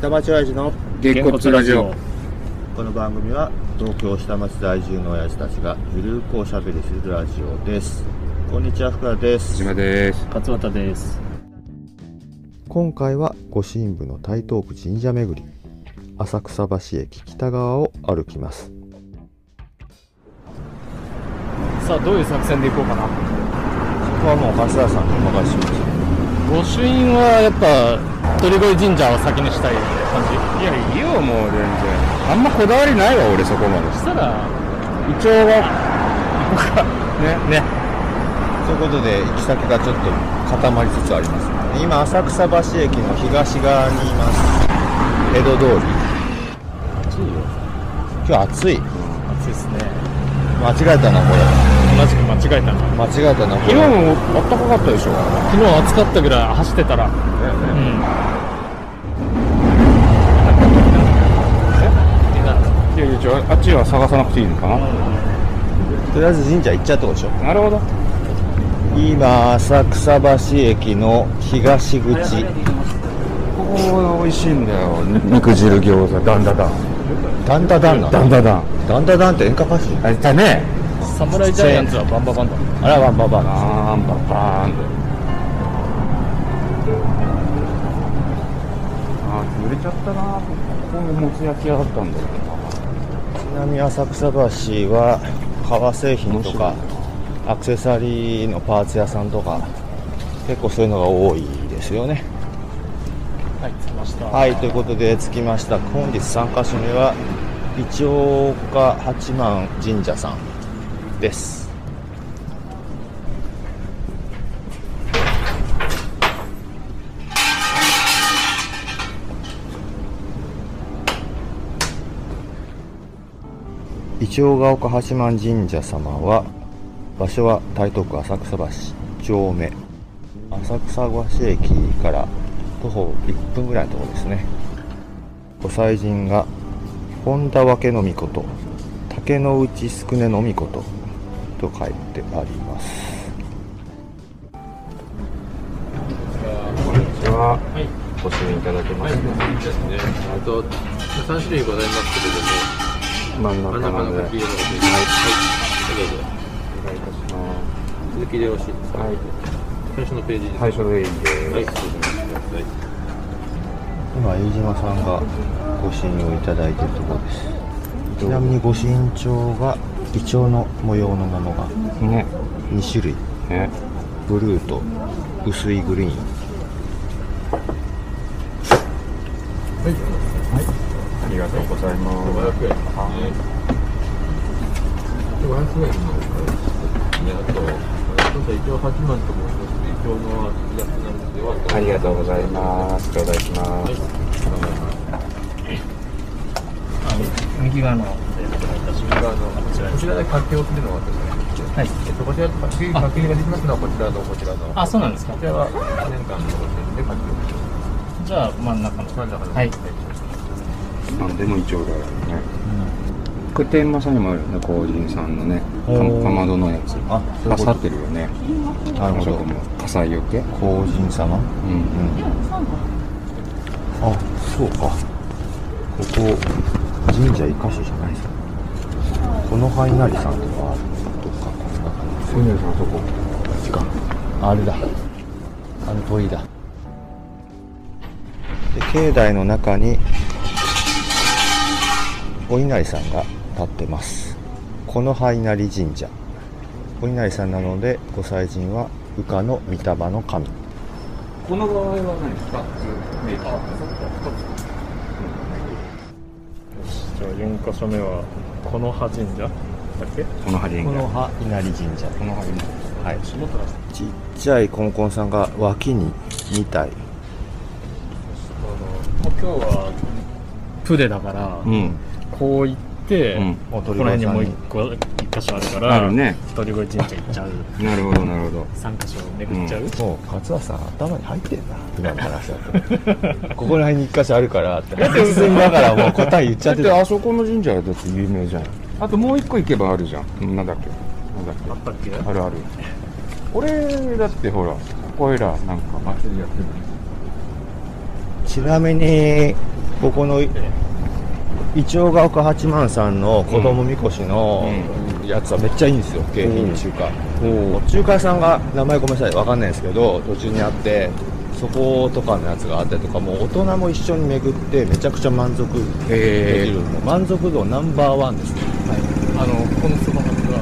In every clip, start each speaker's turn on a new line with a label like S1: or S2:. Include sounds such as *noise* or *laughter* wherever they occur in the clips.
S1: 下町親父の
S2: げっこつラジオ。
S3: この番組は東京下町在住の親父たちがゆるくおしゃべりするラジオですこんにちは福田です
S2: 島です。
S4: 勝俣です。
S3: 今回は御神部の台東区神社巡り浅草橋駅北側を歩きます
S4: さあ、どういう作戦でいこうかな。
S3: ここはもう橋田さんにお任せしまし
S4: 御朱印はやっぱ、鳥越神社を先にしたい感じ。
S2: いや、いいよ、もう全然。あんまこだわりないわ、俺そこまで。
S4: そしたら、
S2: 胃腸は、
S4: ね、
S3: ということで行き先がちょっと固まりつつあります今浅草橋駅の東側にいます江戸通り
S4: 暑いよ。
S3: 今日暑い
S4: 暑いですね。
S3: 間違えたなこ
S4: 同じく間違えたな。
S3: れ間違えたなこれ
S2: 今もあったかかったでしょ。
S4: 昨日暑かったぐらい走ってたら、うん。
S2: いやいや、じゃあ、あっちは探さなくていいのかな。
S3: とりあえず神社行っちゃってこうでしょ
S2: なるほど。
S3: 今浅草橋駅の東口
S2: ここが美味しいんだよ。肉汁餃子、だんだだん。
S3: ダンダダンな
S2: だんだだん。
S3: ダンダダンって演歌歌手
S2: あ、いたね。
S4: 侍ジャイアンツはバンババンだ。
S3: あらバンバンバン
S2: バーン、バンバーンあー、濡れちゃったな。ここにもつ焼き屋だったんだよ
S3: ちなみに浅草橋は革製品とかアクセサリーのパーツ屋さんとか結構そういうのが多いですよね
S4: はい、着きました。
S3: はいということで着きました本日3カ所目は一岡八幡神社さんです一岡八幡神社様は場所は台東区浅草橋1丁目浅草橋駅から徒歩1分ぐらいのところですねご祭神が本田分の御子と竹の内宿根の御子とと書いてあります
S2: こんにちは。
S4: はい。
S2: ご注意いただけま
S5: はい、
S2: す
S5: いいですね。あと、3種類ございます
S2: 真ん
S5: けれども、真ん
S2: 中
S5: 中
S2: ま
S5: の
S2: で。
S5: ご黄色の方です。はい。どうぞ。
S2: お願いいたします。
S5: 続きでよろしいですか。
S2: はい。
S5: 最初のページです。
S2: 最初でいいです。
S5: はい、失礼しますはい。
S3: 今飯島さんがご支援をいただいているところですちなみにご身長がイチョウの模様のものが
S2: ね。
S3: 2種類
S2: ね。
S3: ブルーと薄いグリーン
S2: ありがとうございます。
S5: 500円ですね。500円のお金ですね。あと、あと一応八万と申しますけど、一応の安くなるのでは、
S2: ありがとうございます。頂戴します。
S4: 右側の、お願いいたします。
S5: あの
S4: こちら
S5: こちらで書き置きというのは私ね、
S4: はい。
S5: えっと、こちら、書き書き入れができますのは、こちらの、こちらの。こ
S4: あ、そうなんですか。
S5: ちらは1年間のご支援で書き置きを
S4: じゃあ、真ん中の。
S5: 真ん中の。
S4: はい。
S2: なんでも一応だよね。福天間さんにもあるよね、工人さんのね、か
S3: おー
S2: かまどのやつ。
S3: あそういうこ
S2: 刺さ
S3: と
S2: ってるよね。
S3: なるほ
S2: あそ
S3: ど
S2: こも火災よけ。
S3: 工人様
S2: うん。
S3: あそうかここ神社一箇所じゃないですかこの範囲なりさんとかあるとかこんな感
S2: そういうのあそこ。
S3: じかあれだあの鳥居だで境内の中にお稲荷さんが立ってますこの範囲なり神社お稲荷さんなのでご祭神は羽化の御霊の神
S2: この場合は何ですか。メイ
S4: じゃあ4箇所目はこの葉神社だっけ
S2: この針
S3: この
S2: が。
S3: 葉稲荷神社
S2: この針。
S3: はい
S4: 下から
S3: ちっちゃいコンコンさんが脇に2体
S4: もう今日はプレだから、
S2: うん。
S4: こう行って、
S2: うん
S4: この辺にもう一個一箇所あるから
S2: あるね
S4: 鳥越神社行っちゃう
S2: なるほど、なるほど。
S4: 三箇所巡っちゃう、
S3: もう勝田さん頭に入ってんな今の話だと *laughs* ここら辺に1箇所あるからって普通にだからもう答え言っち
S2: だ
S3: ゃ
S2: っ
S3: って
S2: て
S3: た *laughs*
S2: あそこの神社だって有名じゃん。あともう一個行けばあるじゃん。なんだっけ。なんだっけ
S4: あ。ったっけ
S2: あるある。俺だってほら、ここいらなんか祭りやってる。
S3: ちなみにここのい一応が丘八幡さんの子供みこしのやつはめっちゃいいんですよ景品中華、中華屋さんが名前ごめんなさいわかんないんですけど途中にあってそことかのやつがあったりとかもう大人も一緒に巡ってめちゃくちゃ満足でき
S2: へえ
S3: る、もう満足度ナンバーワンですね
S1: あのこの人のはずが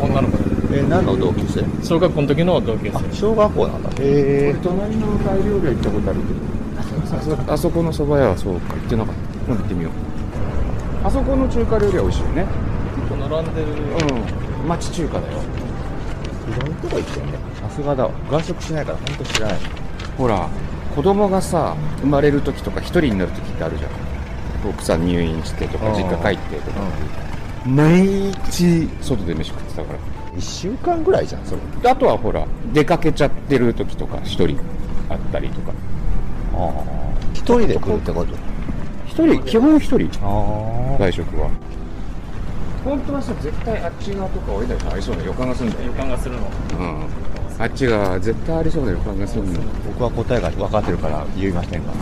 S1: 私の女の子で
S3: え何の同級生
S1: 小学校の時の同級
S3: あ
S1: 生
S3: 小学校なんだへえ
S2: 隣のタイ料理は行ったことあるけどあそあそこの蕎麦屋はそうか行ってなかった今度行ってみようあそこの中華料理は美味しいよね
S1: 結構並んでる
S2: うん町中華だよ
S3: いろんなとこ行ってねさすがだわ外食しないから本当知らない
S2: ほら子供がさ生まれる時とか一人になる時ってあるじゃん奥さん入院してとか
S3: あー
S2: 実家帰ってとか、毎日外で飯食ってたから
S3: 1週間ぐらいじゃんそれ
S2: であとはほら出かけちゃってる時とか一人あったりとか
S3: ああ一人で来るってこと
S2: 一人基本一人
S3: あ
S2: 外食は本当はさ絶対あっち側とか俺たち合いそうな予感がするんだ
S1: 予
S2: よ、
S1: 感がするの
S2: うん、あっちが絶対ありそうな予感がするんだよ
S3: 僕は答えが分かってるから言いませんが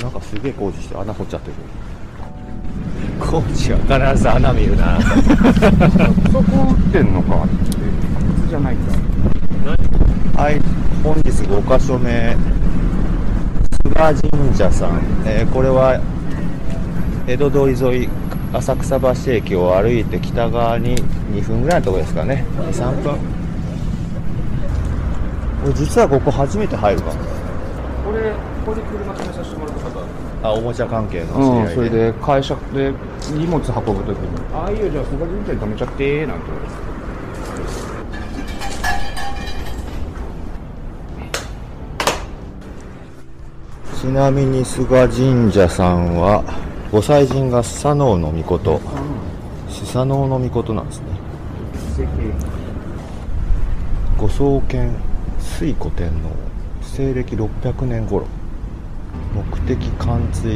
S3: なんかすげえ工事して穴掘っちゃってる工事は必ず穴見るな
S2: そこ打ってんのか普通じゃないか
S3: はい本日5箇所目菅神社さん、えーこれは江戸通り沿い浅草橋駅を歩いて北側に2分ぐらいのところですかね3分俺実はここ初めて入るかも
S2: これここで車止めさせてもらった方
S3: あおもちゃ関係の知り
S2: う
S3: 合い
S2: ん、それで会社で荷物運ぶときに「ああいいよじゃあそこ神社に止めちゃって」なんて言われて
S3: ちなみに菅神社さんはご祭神がスサノオの御事スサノオの御事なんですねご創建推古天皇西暦600年頃目的貫通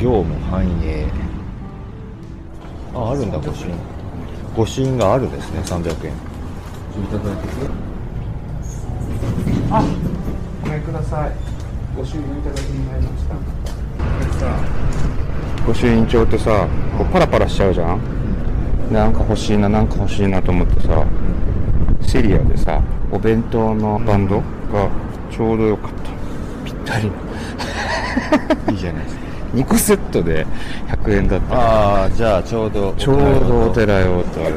S3: 業務繁栄ああるんだ御朱印御朱印があるんですね300円
S2: ごめんくださいご朱印いただきになりましたご朱印帳ってさこうパラパラしちゃうじゃん、なんか欲しいななんか欲しいなと思ってさ、セリアでさお弁当のバンドがちょうどよかったぴったり
S3: いいじゃないですか
S2: 2個セットで100円だった
S3: ああじゃあちょうど
S2: ちょうどお寺用とあれ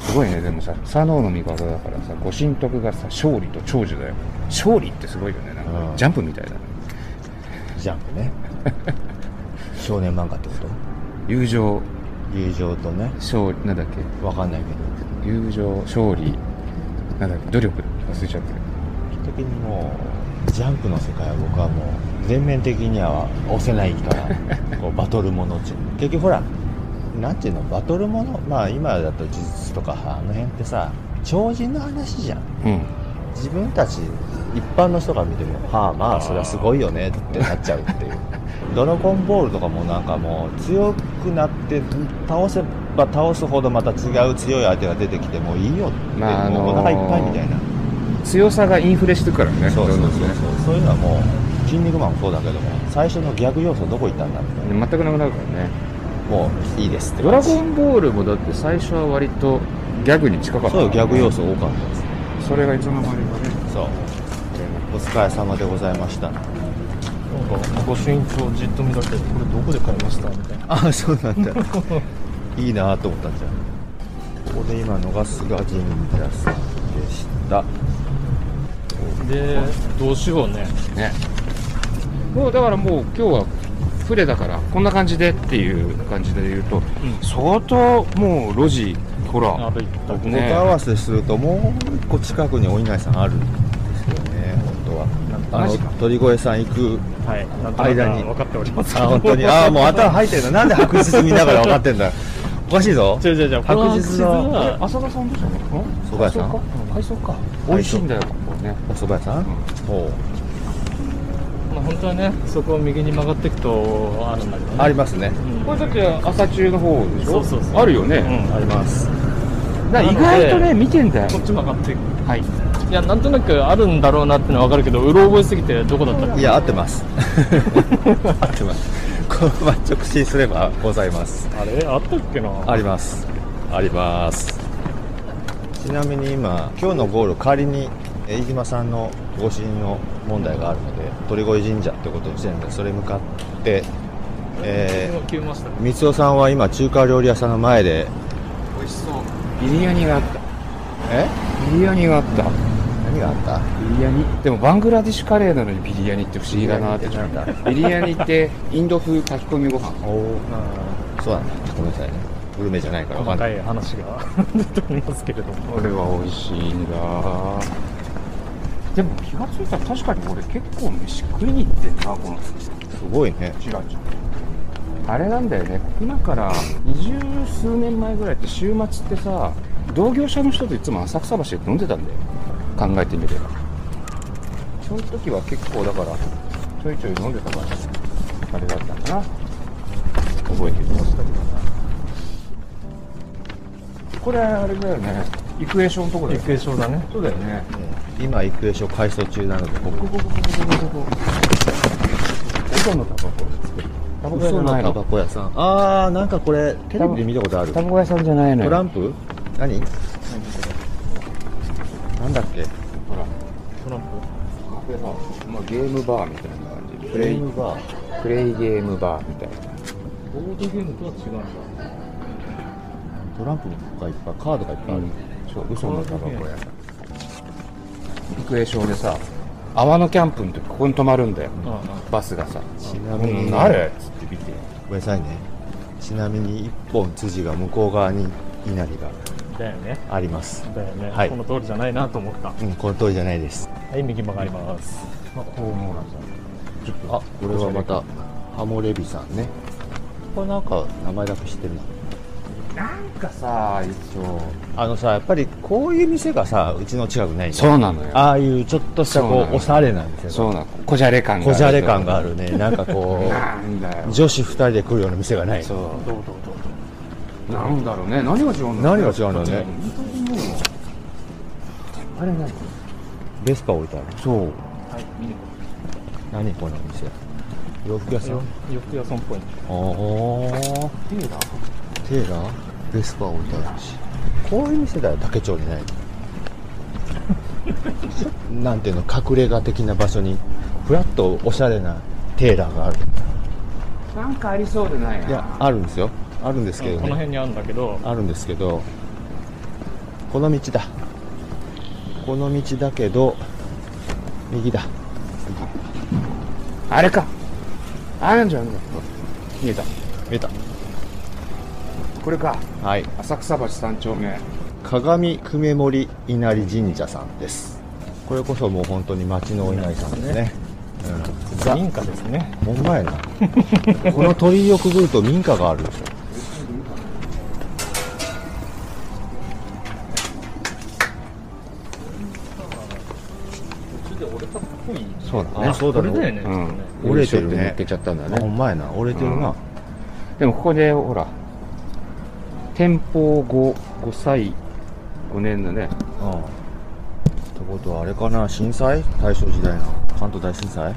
S2: すごいねでもさ左脳の味方だからさご神徳がさ勝利と長寿だよ勝利ってすごいよねなん
S3: う
S2: か
S3: ん
S2: ジャンプみたいだね
S3: ジャンプね少年漫画ってこと
S2: 友情
S3: 友情とね
S2: 勝利なんだっけ
S3: わかんないけ
S2: 友情勝利なんだっけ努力忘れちゃってる
S3: ど的にもうジャンプの世界は僕はもう全面的には押せないからこうバトルものっていう結局ほらなんていうのバトルものまあ今だと呪術とかあの辺ってさ超人の話じゃん
S2: うん
S3: 自分たち一般の人が見てもはあまあそれはすごいよねってなっちゃうっていうドラゴンボールとかもなんかもう強くなって倒せば倒すほどまた違う強い相手が出てきてもういいよって、
S2: まああのー
S3: もうお腹いっぱいみたいな
S2: 強さがインフレしてるからね
S3: そうそうそうそう
S2: どんどんね
S3: そういうのはもう「筋肉マン」もそうだけども最初のギャグ要素どこ行ったんだみたいな
S2: 全くなくなるからね
S3: もういいですって
S2: ド
S3: 感
S2: ラ
S3: じ
S2: ゴンボールもだって最初は割とギャグに近かった
S3: そうギャグ要素多かったです
S2: それがいつの間にかね
S3: そうお疲れ様でございました
S1: なんか御朱印帳じっと見られてこれどこで買いましたみたいな
S3: ああそうなん
S2: *laughs*
S3: だいいなと思ったんじゃんここで今のが菅神社さんでした
S1: でどうしようね
S2: ねもうだからもう今日はフレだからこんな感じでっていう感じで言うと、相当もう路地ほら
S1: 歩いた
S3: 僕と合わせするともう一個近くにお稲荷さんあるんですよね本当はあ
S2: マ
S3: の
S2: ジか
S3: 鳥越さん行く
S1: はいなんと
S3: 間
S1: な
S3: に
S1: く分かっております
S3: あ本当にああもう頭入ってるななんで白日見ながら分かってんだおかしいぞ
S1: *laughs* 違う違う違
S3: 白
S1: う
S3: 日
S1: こ
S3: の
S1: の白日は
S2: 浅田さんでしょ
S3: 蕎麦屋さん
S2: 海藻か美味しいんだよここね
S3: お蕎麦屋さん、ほう
S1: まあ本当はねそこを右に曲がっていくとあるんだけどね
S3: ありますね
S1: うん
S2: これだって朝中の方でしょ
S1: そうそうそう
S2: あるよね、
S1: うんあります
S2: だから意外とね見てんだよ
S1: こっち曲がっていく
S2: はい
S1: いやなんとなくあるんだろうなってのは分かるけどうろ覚えすぎてどこだったっけ
S3: いや合ってます
S2: *laughs*
S3: 合ってますこ *laughs* のまま直進すればございます
S4: あれあったっけな
S3: あります
S5: あります
S3: ちなみに今今日のゴール仮にえ飯島さんのご神の問題があるので鳥越神社ってことにしてるのでそれに向かって、え
S1: 今消えましたね
S3: ー、光雄さんは今中華料理屋さんの前で
S5: 美味しそう
S2: ビリヤニがあった
S3: え
S2: ビリヤニがあった
S3: 何があった
S2: ビリヤニでもバングラディッシュカレーなのにビリヤニって不思議だなって
S3: ビリヤニってなん
S2: ビリヤニってインド風炊き込みご飯
S3: おおそうなんだごめんなさいねグルメじゃないから
S4: 細
S3: わか
S4: か
S3: んない
S4: い話が *laughs* 出ておりますけれども
S2: *laughs* これは美味しいんだでも気がついたら確かに俺結構飯食いに行ってんなこの
S3: すごいね
S2: 違う違うあれなんだよね今から二十数年前ぐらいって週末ってさ同業者の人といつも浅草橋で飲んでたんだよ考えてみればそういう時は結構だからちょいちょい飲んでたからあれだったんだな覚えてるこれあれだよねイクエーションのとこだよね
S1: 育英証だね
S2: そうだよね
S3: 今育英書改装中なのでここ
S2: 嘘のタバコタバコ屋じ
S3: 嘘
S2: ゃな
S3: の
S2: い
S3: タ
S2: の
S3: バコ屋さんあーなんかこれテレビで見たことある
S2: タバコ屋さんじゃないの
S3: ト
S2: よ
S3: ランプ何なんだっけ
S2: ほらカフェバー、まあ、ゲームバーみたいな感じで
S3: フレームバー
S2: プレイゲームバーみたいな
S1: ボードゲームとは違うんだ
S3: トランプがいっぱいカードがいっぱいある、そう嘘のタバコ屋さん
S2: 育英証でさ天野キャンプの時ここに泊まるんだよ、
S1: ああ
S2: バスがさ「
S3: ちな
S2: う
S3: みに、
S2: ん、あれ?」っつって見て
S3: ごめんなさいねちなみに一本筋が向こう側に稲荷
S4: だよね
S3: があります
S4: だよね、
S3: はい
S4: この通りじゃないなと思ったは
S3: うんこの通りじゃないです
S4: い右曲がります
S2: まあこう思うなんだ
S3: あこれはまたハモレビさんねこれなんか名前だけ知ってるな
S2: なんかさ一応
S3: あのさやっぱりこういう店がさうちの近くないんだよ
S2: そうなのよ
S3: ああいうちょっとした
S2: そう
S3: こ
S2: な
S3: う
S2: の
S3: おしゃれな店が
S2: そうなのこじゃれ感がある
S3: こじゃれ感があるねなんかこ *laughs*
S2: なんだよ
S3: う女子2人で来るような店がない
S2: そうなんだろうね何が違うんだろ
S3: 何
S2: う
S3: が
S2: ね
S3: 違うんだろうね
S2: あれ何
S3: ベスパ置いてある
S2: そう
S1: はい見に行こ
S3: 何この店洋服屋さん
S1: う洋服屋さんっぽい
S3: おー
S2: テーラ
S3: テーラーベスパ置いてあるしこういう店だよ竹町にない *laughs* なんていうの隠れ家的な場所にふらっとおしゃれなテーラーがある
S2: なんかありそうでないない
S3: やあるんですよあるんですけど
S1: この
S3: ね
S1: 辺にあるんだけど
S3: あるんですけどこの道だこの道だけど右だ
S2: あれかあれなんじゃないの見えた
S3: 見えた
S2: これか
S3: はい
S2: 浅草橋三丁目
S3: 鏡久米森稲荷神社さんですこれこそもう本当に町のお稲荷さんですねうん、ザ
S4: 民家ですね
S3: ほんまやなこの鳥居をくぐると民家があるでしょ
S2: そうだ
S3: あそうだね
S1: これだよね
S2: うん、
S3: 折れてるね
S2: ショットに乗っけちゃったんだ
S3: ほ
S2: ね
S3: んまやな折れてるな、
S2: うんでもここでほら天保5 5歳5年のね
S3: うんってことはあれかな震災大正時代の関東大震災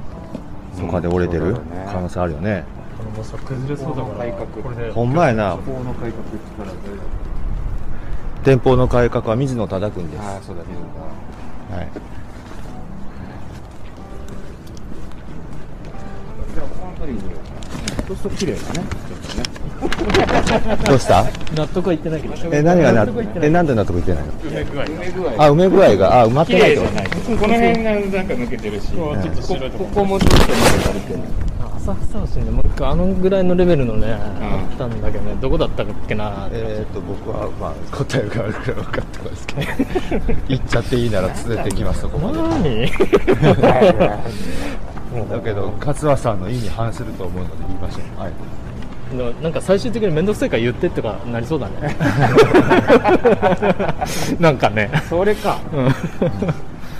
S3: とかで折れて
S2: う
S3: る
S2: んそうだよね
S3: 可能性あるよね,、
S4: このもうさ崩れそうだからこれで
S3: ほんまやな
S2: 法の改革って言ったら
S3: 天保の改革は水野忠君です、
S2: ああそうだね
S3: はい、
S2: じゃあこの辺りにそうすると綺麗だね
S3: どう
S2: *laughs*
S3: した
S1: 納得はいってないけど
S3: え何がなえなんで納得いってないのあ埋め具合があ埋まってないと
S1: この辺がなんか抜けてるし、ここもちょっと浅草橋ね、もう一回あのぐらいのレベルのね、あったんだけどね、どこだったっけなって
S3: えーっと僕はまあ答えがあるから分かってますけど *laughs* 行っちゃっていいなら連れてきますそこまで
S1: 何
S3: だけど勝和さんの意に反すると思うので言いましょう、はい、
S1: *laughs* でもなんか最終的に面倒くさいから言ってとかなりそうだ
S3: *laughs*
S1: ねなんかね
S2: それか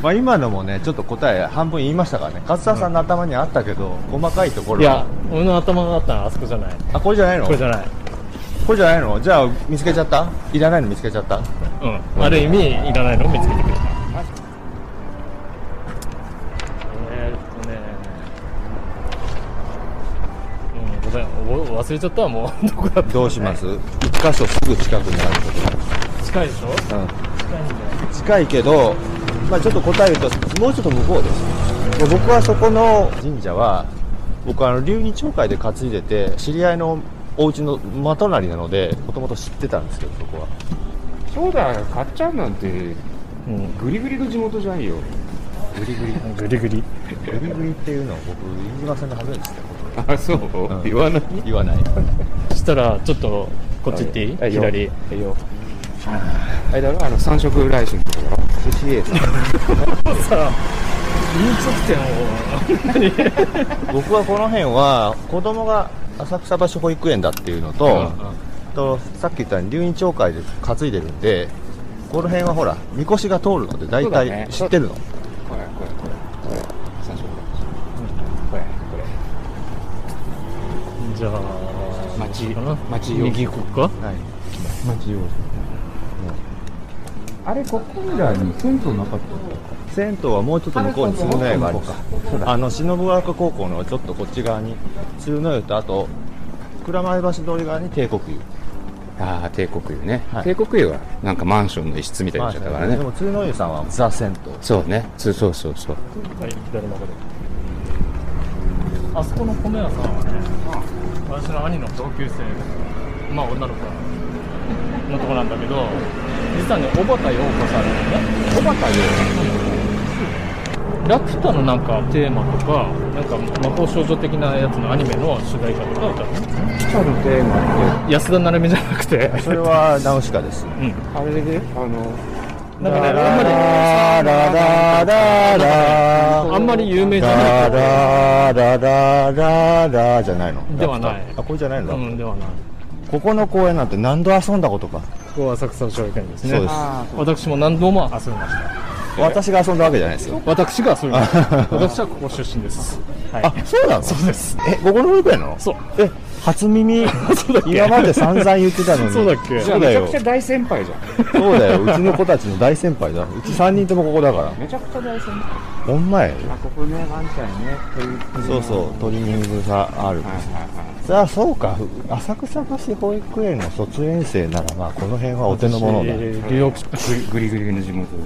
S3: まあ今のもねちょっと答え半分言いましたからね勝和さんの頭にあったけど、細かいとこ
S1: い
S3: ろは
S1: や俺の頭があったのはあそこじゃない
S3: あこれじゃないの
S1: これじゃない
S3: これじゃないのじゃあ見つけちゃったいらないの見つけちゃった
S1: うん、ある意味いらないのを見つけてくれたえーっとねうんごめんお忘れちゃったわもうどこだっ
S3: どうします一箇所すぐ近くにあると
S1: た近いでしょ
S3: こ、
S1: 近いんだよ
S3: 近いけど、まあ、ちょっと答えるともうちょっと向こうですもう僕はそこの神社は僕あの龍二町会で担いでて知り合いのお家の真隣なのでもともと知ってたんですけどそこは
S2: そうだよ買っちゃうなんて
S1: うん
S2: グリグリの地元じゃんよ
S3: グリグリ
S1: グリグリ
S3: グリグリっていうのを僕飯島さんの初めてですよ
S2: あそう、
S3: ん
S2: 言わない
S3: 言わない
S1: そしたらちょっとこっち行っていい
S2: はいよ
S1: 左
S2: はいよあれだろあの三色ライスのとこだろ
S3: 寿司エー
S1: さ飲食店を
S3: 僕はこの辺は子供が浅草橋保育園だっていうのと,、とさっき言ったように留院町会で担いでるんでこの辺はほらみこしが通るので大
S2: そうだ
S3: 体
S2: ね
S3: 知ってるの、
S2: これこれこれこれ三色これこれ
S1: じゃあ
S2: 町
S1: かな
S2: 町用
S1: 右行こうか
S3: はい
S5: 町用あれここ以来に銭湯なかったの
S3: 銭湯はもうちょっと向こうに鶴の湯がありますあの篠原高校のちょっとこっち側に鶴の湯とあと蔵前橋通り側に帝国湯
S2: ああ帝国湯ね、
S3: はい
S2: 帝国湯はなんかマンションの一室みたいにしちゃったからね、
S3: でも鶴の湯さんはザ銭湯
S2: そうねそうそうそうそう
S1: はい左曲がるあそこの米屋さんはね私の兄の同級生まあ女の子のとこなんだけど実はね小畑陽子さんなのね小畑陽子ラピュタのなんかテーマとかなんか魔法少女的なやつのアニメの主題歌とか歌う
S2: ピタのテーマっ
S1: 安田成美じゃなくて
S3: それはナウシカです
S1: うん
S2: てあれであの
S1: なんかね
S3: ラ
S1: あんまり
S3: ララララ
S1: あんまり有名じゃ
S3: ラ
S1: ない
S3: ラララララじゃないの
S1: ではない
S3: あこれじゃないんだ、
S1: うんではない
S3: ここの公園なんて何度遊んだことか、
S1: ここは浅草の商店です
S3: そう
S1: ね
S3: です
S1: 私も何度も遊びました
S3: 私が遊んだわけじゃないですよ
S1: 私がそういうの私はここ出身です。はい。
S3: あそうなの
S1: そうです。
S3: えここの保育園なの
S1: そう。
S3: え初耳
S1: そうだっけ
S3: 今まで散々言ってたのに
S1: そうだっけ
S2: じゃ
S3: そ
S2: あ
S3: うだ
S2: めちゃく
S3: よ
S2: ちゃ大先輩じゃん
S3: そうだようちの子たちの大先輩だうち3人ともここだから
S2: めちゃくちゃ大先輩
S3: ほんまや
S2: あここねワンちゃんね
S3: そうそうトリミングがあるんです
S2: は
S3: さあそうか浅草橋保育園の卒園生ならまあこの辺はお手の物だグ
S1: 私ニューヨーク
S2: いはいグリグリの地元で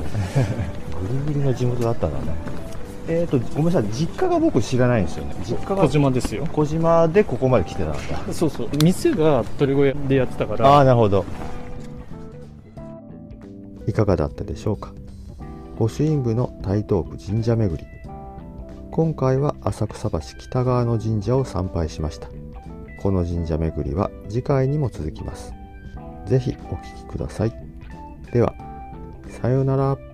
S3: リグリの地元だったんだねえっ、とごめんなさい実家が僕知らないんですよね実家
S1: 小
S3: が
S1: 島ですよ。
S3: 小島でここまで来てたんだ
S1: そうそう。店が鳥小屋でやってたか
S3: あ
S1: ら。
S3: あなるほどいかがだったでしょうか御朱印部の台東区神社巡り今回は浅草橋北側の神社を参拝しましたこの神社巡りは次回にも続きます是非お聴きくださいではさようなら